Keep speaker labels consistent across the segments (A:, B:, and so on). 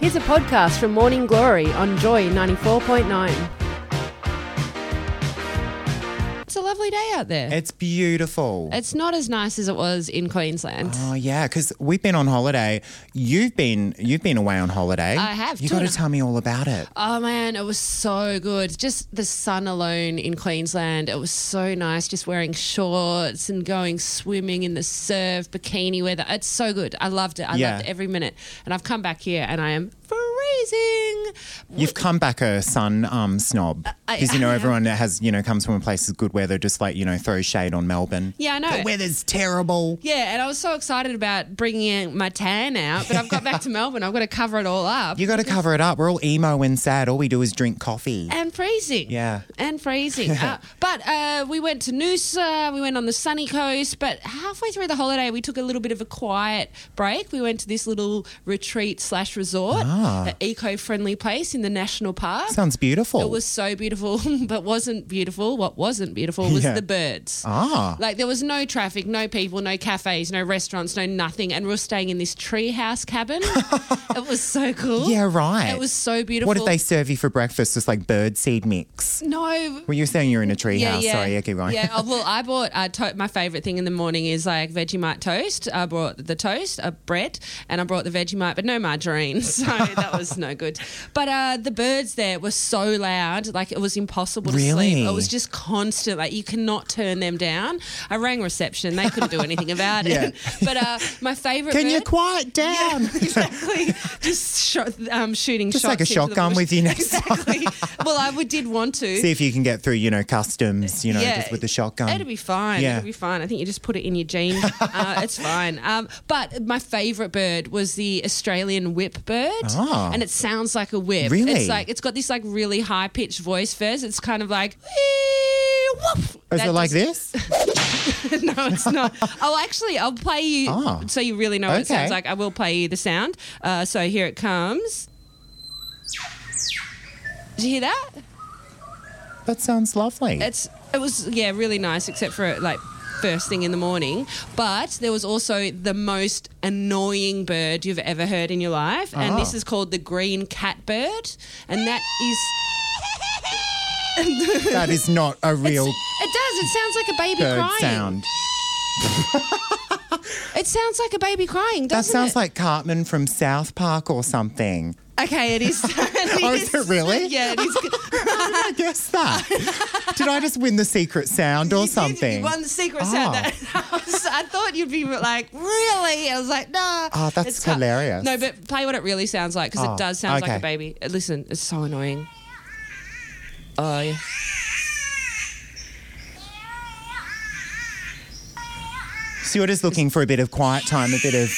A: Here's a podcast from Morning Glory on Joy 94.9. It's a lovely day out there.
B: It's beautiful.
A: It's not as nice as it was in Queensland.
B: oh yeah, because we've been on holiday. You've been you've been away on holiday.
A: I have,
B: You
A: two
B: got to
A: and a-
B: tell me all about it.
A: Oh man, it was so good. Just the sun alone in Queensland. It was so nice just wearing shorts and going swimming in the surf, bikini weather. It's so good. I loved it. I
B: Yeah.
A: loved every minute. And I've come back here and I am freezing.
B: You've come back a sun um, snob
A: Uh, I-
B: because you know
A: I have.
B: everyone that has you know comes from a place of good weather, just like you know throws shade on Melbourne.
A: Yeah, I know.
B: The weather's terrible.
A: Yeah, and I was so excited about bringing in my tan out, but I've got back to Melbourne. I've got to cover it all up.
B: You got to cover it up. We're all emo and sad. All we do is drink coffee.
A: and freezing.
B: Yeah.
A: And freezing. uh, but uh, we went to Noosa, we went on the sunny coast, but halfway through the holiday, we took a little bit of a quiet break. We went to this little retreat slash resort,
B: Ah.
A: an eco friendly place in the national park.
B: Sounds beautiful.
A: it was so beautiful, but wasn't beautiful. What wasn't beautiful was
B: Yeah.
A: the birds.
B: ah.
A: Like there was no traffic, no people, no cafes, no restaurants, no nothing, and we were staying in this treehouse cabin. it was so cool.
B: yeah, right.
A: It was so beautiful.
B: What did they serve you for breakfast? Just like bird seed mix.
A: No.
B: Well, you're saying you're in a tree
A: Yeah,
B: house.
A: yeah.
B: Sorry, okay, right.
A: Yeah, oh, well, I bought uh, to- my favorite thing in the morning is like Vegemite toast. I brought the toast, a bread, and I brought the Vegemite, but no margarine. So that was no good. But uh, the birds there were so loud, like it was impossible to
B: Really?
A: sleep. It was just constant, like you cannot turn them down. I rang reception, they couldn't do anything about
B: Yeah.
A: it. But uh, my favorite.
B: Can you
A: bird-
B: quiet down?
A: yeah, exactly. Just shot, um, shooting
B: Just
A: shots.
B: take a
A: into the
B: shotgun
A: bush.
B: with you next time.
A: Exactly. Well, I would, did want to.
B: See if you can get through, you know, customs, you know, just with the shotgun.
A: It'll be fine.
B: Yeah.
A: It'll be fine. I think you just put it in your jean. uh, it's fine. Um, but my favourite bird was the Australian whip bird,
B: Ah.
A: and it sounds like a whip.
B: Really?
A: It's like it's got this like really high pitched voice first. It's kind of like. "Wee, woof."
B: Oh, Is
A: That
B: it like
A: just-
B: this?
A: no, it's not. I'll actually, I'll play you
B: Ah.
A: so you really know what it
B: Okay.
A: sounds like. I will play you the sound. Uh, so here it comes. Did you hear that?
B: That sounds lovely.
A: it's it was yeah really nice except for like first thing in the morning but there was also the most annoying bird you've ever heard in your life and this
B: Ah.
A: is called the green catbird and that is
B: that is not a
A: it
B: real
A: does it sounds like a baby
B: bird
A: crying
B: sound.
A: it sounds like a baby crying
B: That
A: doesn't
B: sounds
A: it?
B: like Cartman from South Park or something.
A: okay it is it
B: Oh, is it really?
A: yeah it is
B: I guess that. Did I just win the secret sound or
A: You did,
B: something?
A: you won the secret sound
B: Ah.
A: I, was- I thought you'd be like really I was like nah
B: Ah, that's
A: cut-
B: hilarious.
A: no but play what it really sounds like because
B: Ah,
A: it does sound like
B: okay.
A: a baby Uh, listen it's so annoying oh yeah
B: So you're just looking for a bit of quiet time, a bit of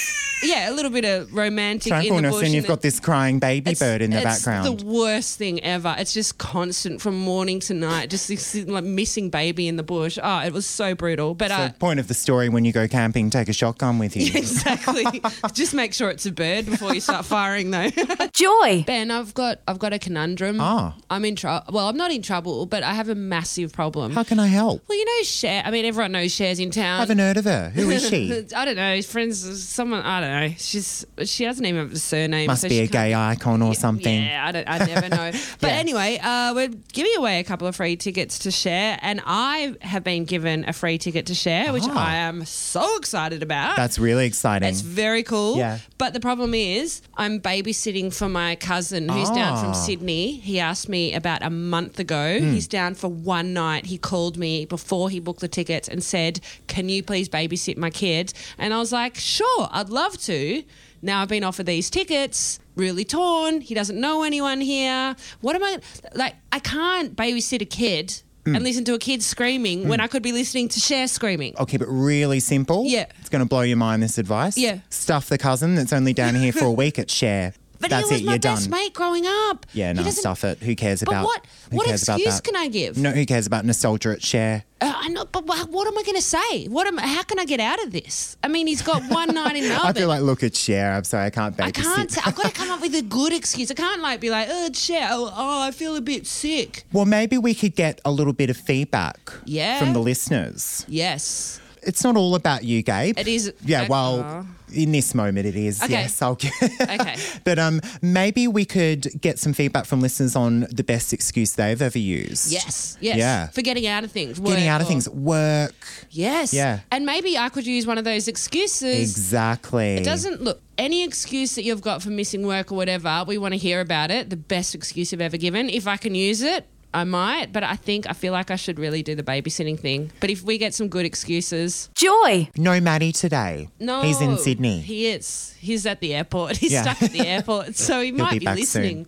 A: Yeah, a little bit of romantic in the
B: tranquilness,
A: bush.
B: and you've got
A: the
B: this crying baby bird in the background.
A: It's the worst thing ever. It's just constant from morning to night. Just this like missing baby in the bush. Oh, it was so brutal. But uh,
B: so point of the story when you go camping, take a shotgun with you.
A: exactly, just make sure it's a bird before you start firing, though.
C: Joy.
A: ben, I've got I've got a conundrum.
B: Ah.
A: I'm in trouble. Well, I'm not in trouble, but I have a massive problem.
B: How can I help?
A: well, you know, share. I mean, everyone knows shares in town.
B: I haven't heard of her. Who is she?
A: I don't know. Friends, someone. I don't know. She's she doesn't even have a surname.
B: Must
A: so
B: be
A: she
B: a
A: can't-
B: gay icon or something.
A: Yeah, I, don't, I never know. But anyway, uh, we're giving away a couple of free tickets to share, and I have been given a free ticket to share, which
B: Ah.
A: I am so excited about.
B: That's really exciting.
A: it's very cool.
B: Mm. Yeah.
A: But the problem is, I'm babysitting for my cousin who's down from
B: Ah. Hmm.
A: Sydney. He asked me about a month ago. He's down for one night. He called me before he booked the tickets and said, Can you please babysit my kid? And I was like, Sure, I'd love to. Now I've been offered these tickets, really torn. He doesn't know anyone here. What am I like? I can't babysit a kid.
B: Hmm.
A: And listen to a kid screaming when I could be listening to Cher screaming.
B: I'll keep it really simple.
A: Yeah.
B: It's going to blow your mind, this advice.
A: Yeah.
B: Stuff the cousin that's only down here for a week at share.
A: But
B: that's
A: he was
B: it,
A: my
B: you're
A: best
B: done.
A: mate growing up.
B: Yeah,
A: He
B: no,
A: doesn't-
B: stuff it. Who cares
A: But
B: about
A: what-
B: Who
A: what
B: cares about
A: excuse
B: that?
A: can I give?
B: No, who cares about nostalgia at share?
A: Uh, I know, but wha- what am I going to say? What am? How can I get out of this? I mean, he's got one night in Melbourne.
B: I feel like, look at share. I'm sorry, I can't babysit.
A: Oh, I can't. Say, I've got to come up with a good excuse. I can't like be like, oh, it's shit. Oh, oh, I feel a bit sick.
B: Well, maybe we could get a little bit of feedback
A: Yeah.
B: from the listeners.
A: Yes.
B: it's not all about you, Gabe.
A: It is-
B: Yeah,
A: okay.
B: well, in this moment it is.
A: Okay.
B: Yes, I'll get.
A: Okay.
B: But um, maybe we could get some feedback from listeners on the best excuse they've ever used.
A: Yes. Yes.
B: Yeah.
A: For getting out of things.
B: Getting
A: work
B: out of
A: or-
B: things, work.
A: Yes.
B: Yeah.
A: And maybe I could use one of those excuses.
B: Exactly.
A: It doesn't look any excuse that you've got for missing work or whatever. We want to hear about it. The best excuse I've ever given. If I can use it, I might. But I think I feel like I should really do the babysitting thing. But if we get some good excuses,
C: Joy.
B: No, Maddie today.
A: no,
B: he's in Sydney.
A: He is. He's at the airport. He's
B: Yeah.
A: stuck at the airport, so he might
B: be
A: be,
B: back
A: listening.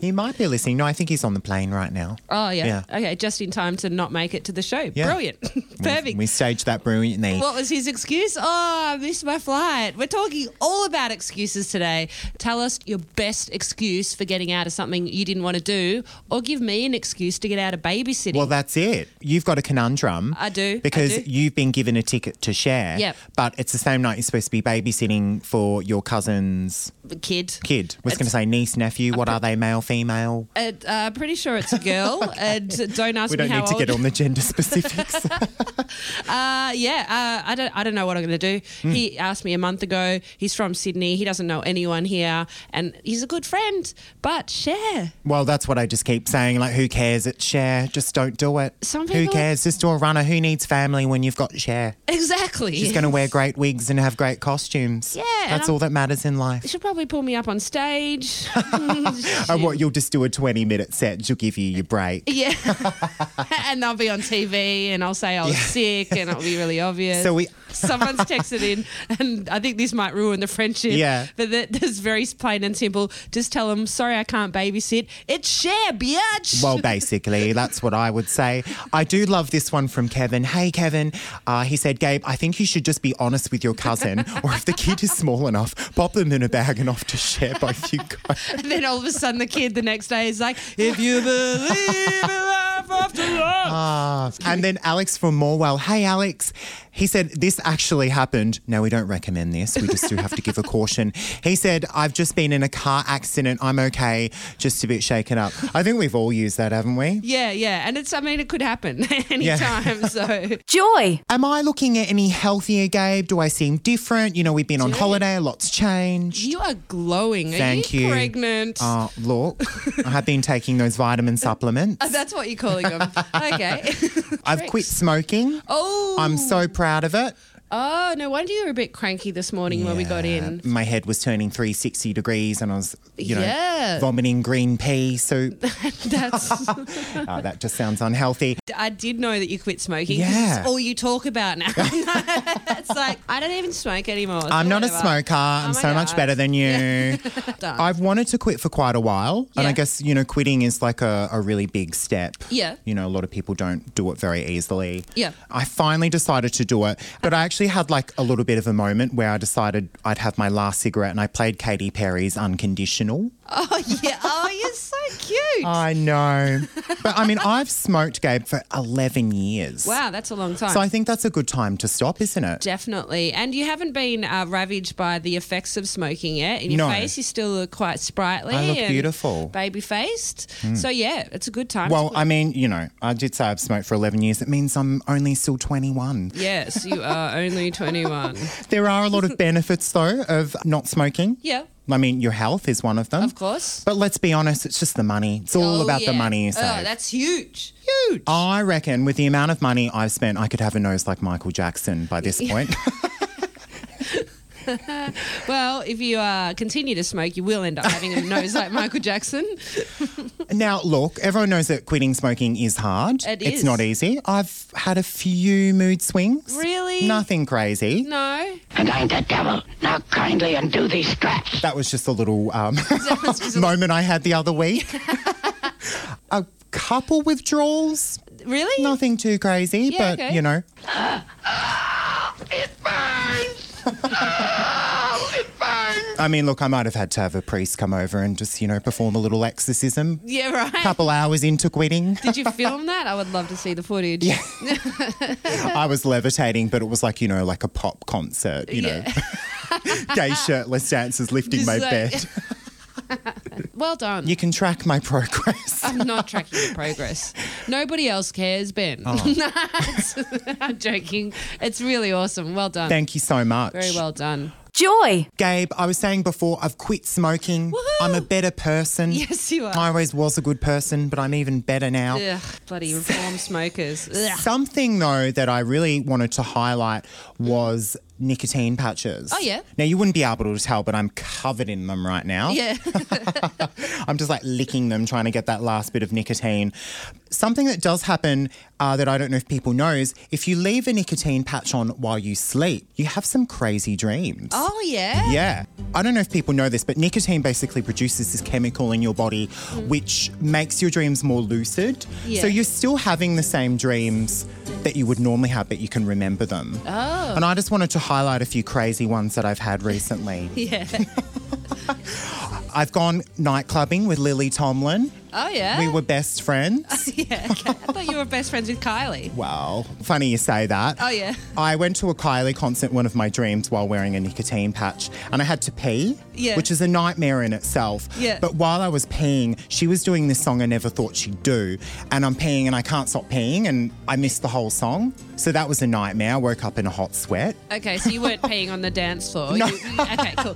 B: He might be listening. No, I think he's on the plane right now.
A: Oh yeah.
B: Yeah.
A: Okay, just in time to not make it to the show.
B: Yeah.
A: Brilliant. Perfect.
B: We staged that brilliantly.
A: What was his excuse? Oh, I missed my flight. We're talking all about excuses today. Tell us your best excuse for getting out of something you didn't want to do, or give me an excuse to get out of babysitting.
B: Well, that's it. You've got a conundrum.
A: I do, I
B: Because
A: do.
B: you've been given a ticket to share.
A: Yep.
B: But it's the same night you're supposed to be babysitting for your cousin's
A: Kid.
B: kid. Was going to say niece, nephew. What are they? Male, female?
A: Uh, I'm pretty sure it's a girl. And don't ask
B: We don't
A: me how
B: need to
A: old.
B: get on the gender specifics.
A: Uh, yeah, uh, I don't. I don't know what I'm going to do.
B: Hmm.
A: He asked me a month ago. He's from Sydney. He doesn't know anyone here, and he's a good friend. But share.
B: well, that's what I just keep saying. Like, who cares? It's share. Just don't do it.
A: Some
B: who
A: people-
B: cares? Just do a runner. Who needs family when you've got share?
A: Exactly.
B: She's going to wear great wigs and have great costumes.
A: Yeah, and
B: That's
A: I'm-
B: all that matters in life.
A: She'll probably pull me up on stage.
B: And what you'll just do a 20 minute set. She'll give you your break.
A: Yeah. and they'll be on TV and I'll say I was sick and it'll be really obvious.
B: So we-
A: Someone's texted in and I think this might ruin the friendship.
B: Yeah.
A: But that, that's very plain and simple. Just tell them, sorry, I can't babysit. It's share, bitch.
B: Well, basically, that's what I would say. I do love this one from Kevin. Hey, Kevin. Uh, he said, Gabe, I think you should just be honest with your cousin, or if the kid is small enough, pop them in a bag and off to share both you guys.
A: and then all of a sudden the kid the next day is like, if you believe in life after love.
B: Ah. And then Alex from Morwell. Hey, Alex. He said, This actually happened. No, we don't recommend this. We just do have to give a caution. He said, I've just been in a car accident. I'm okay. Just a bit shaken up. I think we've all used that, haven't we?
A: yeah, yeah. And it's, I mean, it could happen anytime. So
C: Joy.
B: Am I looking at any healthier, Gabe? Do I seem different? You know, we've been on holiday, a lot's changed.
A: you are glowing.
B: Thank
A: are you,
B: you.
A: pregnant?
B: Uh, look, I have been taking those vitamin supplements.
A: That's what you're calling them. Okay.
B: I've quit smoking.
A: Oh,
B: I'm so proud of it.
A: oh, no wonder you were a bit cranky this morning when we got
B: Yeah,
A: in.
B: My head was turning 360 degrees and I was, you know,
A: Yeah.
B: vomiting green pea soup.
A: That's.
B: oh, that just sounds unhealthy.
A: I did know that you quit smoking. 'cause
B: Yeah.
A: it's all you talk about now. it's like I don't even smoke anymore. so
B: I'm not a
A: whatever.
B: smoker. I'm
A: Oh my
B: so much
A: God.
B: better than you.
A: Done.
B: I've wanted to quit for quite a while. And
A: Yeah.
B: I guess, you know, quitting is like a, a really big step.
A: Yeah.
B: You know, a lot of people don't do it very easily.
A: Yeah.
B: I finally decided to do it. But I actually had like a little bit of a moment where I decided I'd have my last cigarette and I played Katy Perry's Unconditional.
A: Oh yeah. Oh, you're so cute.
B: I know. but I mean, I've smoked, Gabe, for 11 years.
A: wow, that's a long time.
B: So I think that's a good time to stop, isn't it?
A: Definitely. And you haven't been uh, ravaged by the effects of smoking yet. In your
B: No.
A: face, you still look quite sprightly.
B: I look
A: and
B: beautiful. Hmm.
A: Baby faced. So, yeah, it's a good time. to
B: Well,
A: quit.
B: I mean, you know, I did say I've smoked for 11 years. It means I'm only still 21.
A: yes, you are only 21.
B: There are a lot of benefits, though, of not smoking.
A: Yeah.
B: I mean, your health is one of them.
A: Of course.
B: But let's be honest, it's just the money. It's all
A: Oh,
B: about the
A: yeah.
B: money you save.
A: Oh, that's huge. Oh, Huge.
B: I reckon with the amount of money I've spent, I could have a nose like Michael Jackson by this point.
A: Well, if you uh, continue to smoke, you will end up having a nose like Michael Jackson.
B: now, look, everyone knows that quitting smoking is hard.
A: It
B: it's
A: is.
B: not easy. I've had a few mood swings.
A: Really?
B: Nothing crazy.
A: No.
D: and I'm the devil. Now kindly undo these straps.
B: That was just a little um,
A: was just a-
B: moment I had the other week. a couple withdrawals,
A: Really?
B: nothing too crazy,
A: Yeah,
B: but
A: okay.
B: you know. I mean, look, I might have had to have a priest come over and just, you know, perform a little exorcism.
A: Yeah, right.
B: Couple hours into quitting,
A: Did you film that? I would love to see the footage. Yeah.
B: I was levitating, but it was like, you know, like a pop concert, you know. Gay shirtless dancers lifting
A: Just
B: my
A: like-
B: bed.
A: well done.
B: You can track my progress.
A: I'm not tracking your progress. Nobody else cares, Ben.
B: Oh.
A: I'm joking. It's really awesome. Well done.
B: Thank you so much.
A: Very well done.
C: Joy.
B: Gabe, I was saying before, I've quit smoking. I'm a better person.
A: Yes, you are.
B: I always was a good person, but I'm even better now.
A: Ugh, bloody reform smokers. Ugh.
B: Something though that I really wanted to highlight was nicotine patches.
A: Oh, yeah.
B: Now you wouldn't be able to tell, but I'm covered in them right now.
A: Yeah.
B: I'm just like licking them, trying to get that last bit of nicotine. Something that does happen uh, that I don't know if people know is if you leave a nicotine patch on while you sleep, you have some crazy dreams.
A: Oh, yeah.
B: Yeah. I don't know if people know this, but nicotine basically produces this chemical in your body which makes your dreams more lucid.
A: Mm-hmm. Yeah.
B: So you're still having the same dreams that you would normally have, but you can remember them. Oh. And I just wanted to highlight a few crazy ones that I've had recently.
A: Yeah.
B: I've gone night clubbing with Lily Tomlin.
A: Oh, yeah.
B: We were best friends.
A: yeah. okay. I thought you were best friends with Kylie.
B: Wow. Funny you say that.
A: Oh, yeah.
B: I went to a Kylie concert, one of my dreams, while wearing a nicotine patch, and I had to pee,
A: Yeah.
B: which is a nightmare in itself.
A: Yeah.
B: But while I was peeing, she was doing this song I never thought she'd do, and I'm peeing and I can't stop peeing, and I missed the whole song. So that was a nightmare. I woke up in a hot sweat.
A: Okay, so you weren't peeing on the dance floor. You- you- okay, cool.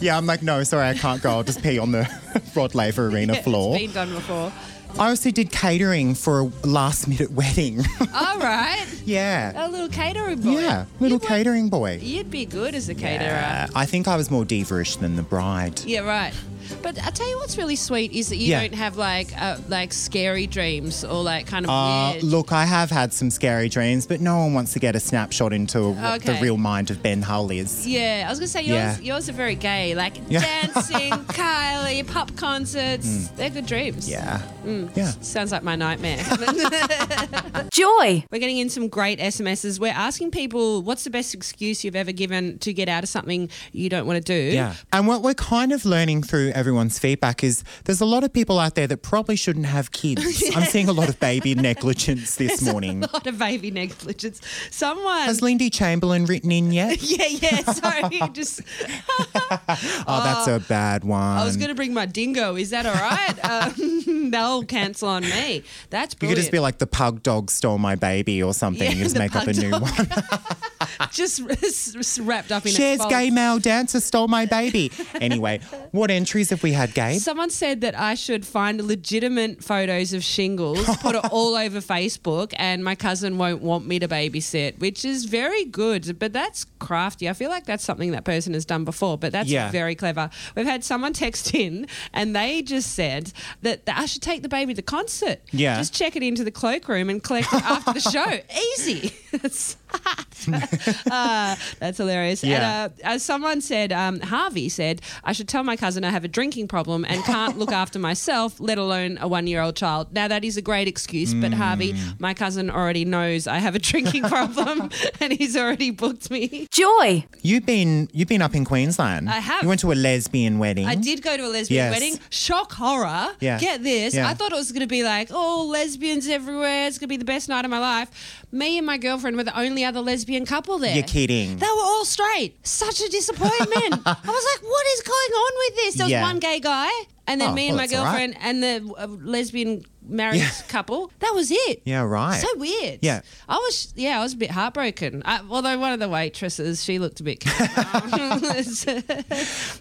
B: Yeah, I'm like, no, sorry, I can't go. I'll just pee on the Rod Laver Arena floor.
A: It's been done before.
B: I also did catering for a last minute wedding.
A: All right.
B: yeah.
A: A little catering Oh, boy.
B: Yeah, little
A: You would-
B: catering boy.
A: You'd be good as a caterer.
B: Yeah, I think I was more diva-ish than the bride.
A: Yeah, right. But I tell you what's really sweet is that you
B: Yeah.
A: don't have like uh, like scary dreams or like kind of
B: Uh,
A: weird.
B: look, I have had some scary dreams, but no one wants to get a snapshot into what
A: Okay.
B: the real mind of Ben Hull is.
A: yeah, I was gonna say yours.
B: Yeah.
A: Yours are very gay, like
B: Yeah. Hmm.
A: dancing, Kylie, pop concerts. They're good dreams.
B: Yeah.
A: Mm.
B: Yeah.
A: Sounds like my nightmare.
C: Joy.
A: We're getting in some great SMSs. We're asking people what's the best excuse you've ever given to get out of something you don't want to do.
B: Yeah. And what we're kind of learning through everyone's feedback is there's a lot of people out there that probably shouldn't have kids. I'm seeing a lot of baby negligence this morning.
A: A lot of baby negligence. Someone.
B: Has Lindy Chamberlain written in yet?
A: yeah, yeah. Sorry, just
B: Oh, that's a bad one.
A: I was going to bring my dingo. Is that all right? um, they'll cancel on me. That's
B: you could
A: brilliant.
B: just be like, the pug dog stole my baby or something.
A: Yeah,
B: you just
A: the
B: make up a
A: pug
B: new
A: dog.
B: one.
A: just, just wrapped up in
B: Shares
A: a fold.
B: gay male dancer stole my baby. anyway, what entries have we had, Gabe?
A: Someone said that I should find legitimate photos of shingles, put it all over Facebook, and my cousin won't want me to babysit, which is very good, but that's crafty. I feel like that's something that person has done before, but that's
B: Yeah.
A: very clever. We've had someone text in and they just said that, that I should take the baby to concert.
B: Yeah.
A: Just check it into the cloakroom and collect it after the show. Easy. It's- uh, that's hilarious.
B: Yeah.
A: And, uh, as someone said, um, Harvey said, I should tell my cousin I have a drinking problem and can't look after myself, let alone a one year old child. Now, that is a great excuse, but Harvey, my cousin already knows I have a drinking problem and he's already booked me.
C: Joy.
B: You've been you've been up in Queensland.
A: I have.
B: You went to a lesbian wedding.
A: I did go to a lesbian
B: Hmm? Yes.
A: wedding. Shock horror.
B: Yeah.
A: Get this.
B: Yeah.
A: I thought it was going to be like, oh, lesbians everywhere. It's going to be the best night of my life. Me and my girlfriend were the only other lesbian couple there.
B: You're kidding.
A: They were all straight. Such a disappointment. I was like, what is going on with this? There was
B: Yeah.
A: one gay guy, and then
B: Oh,
A: me and
B: well,
A: my
B: that's all right.
A: girlfriend and the uh, lesbian married couple. That was it.
B: Yeah, right.
A: So weird.
B: Yeah.
A: I was, yeah, I was a bit heartbroken. I, although one of the waitresses, she looked a bit.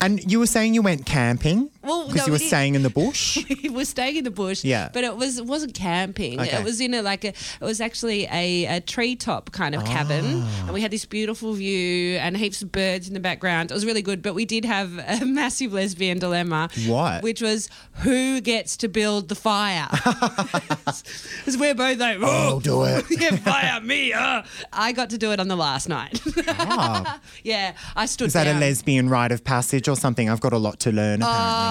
B: And you were saying you went camping
A: Well,
B: because
A: no,
B: you
A: we
B: were
A: did-
B: staying in the bush.
A: we were staying in the bush.
B: Yeah.
A: But it was it wasn't camping.
B: Okay.
A: It was in a like a it was actually a, a treetop kind of cabin.
B: Ah.
A: And we had this beautiful view and heaps of birds in the background. It was really good, but we did have a massive lesbian dilemma.
B: What?
A: Which was who gets to build the fire? Because we're both like, oh,
B: do it.
A: yeah, fire me. Uh. I got to do it on the last night. yeah, I stood
B: Is that a
A: down.
B: lesbian rite of passage or something? I've got a lot to learn apparently.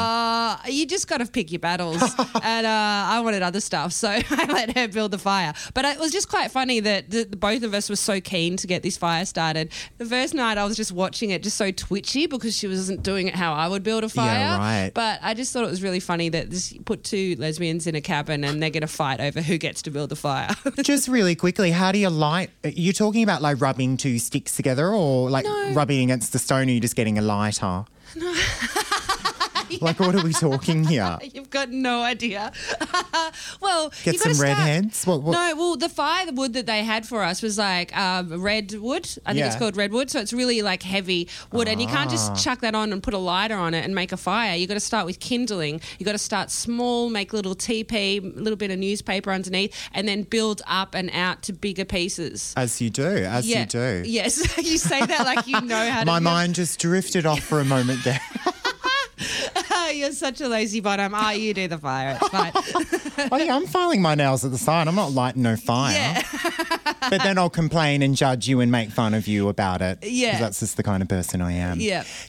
A: Uh, you just got to pick your battles. and uh, I wanted other stuff, so I let her build the fire. But it was just quite funny that the, the both of us were so keen to get this fire started. The first night I was just watching it, just so twitchy because she wasn't doing it how I would build a fire.
B: right.
A: But I just thought it was really funny that this you put two lesbians in a cabin and they're going to fight over who gets to build the fire.
B: Just really quickly, how do you light? Are you talking about like rubbing two sticks together or like rubbing against the stone? Or are you just getting a lighter? Like, what are we talking here?
A: You've got no idea. well,
B: Get
A: you gotta
B: some
A: start-
B: redheads? What- what-
A: No, well, the firewood that they had for us was like um, redwood. I think it's
B: Yeah. Ah.
A: called redwood, so it's really like heavy wood, and you can't just chuck that on and put a lighter on it and make a fire. You got to start with kindling. You got to start small, make little teepee, little bit of newspaper underneath, and then build up and out to bigger pieces.
B: As you do, as
A: yeah.
B: you do.
A: Yes, you say that like you know how to.
B: My
A: do it.
B: mind just drifted off for a moment there.
A: You're such a lazy bottom. Ah, you do the fire. It's fine.
B: oh, yeah, I'm filing my nails at the sign. I'm not lighting no fire. but then I'll complain and judge you and make fun of you about it. 'cause
A: Yeah.
B: that's just the kind of person I am.
A: Yeah.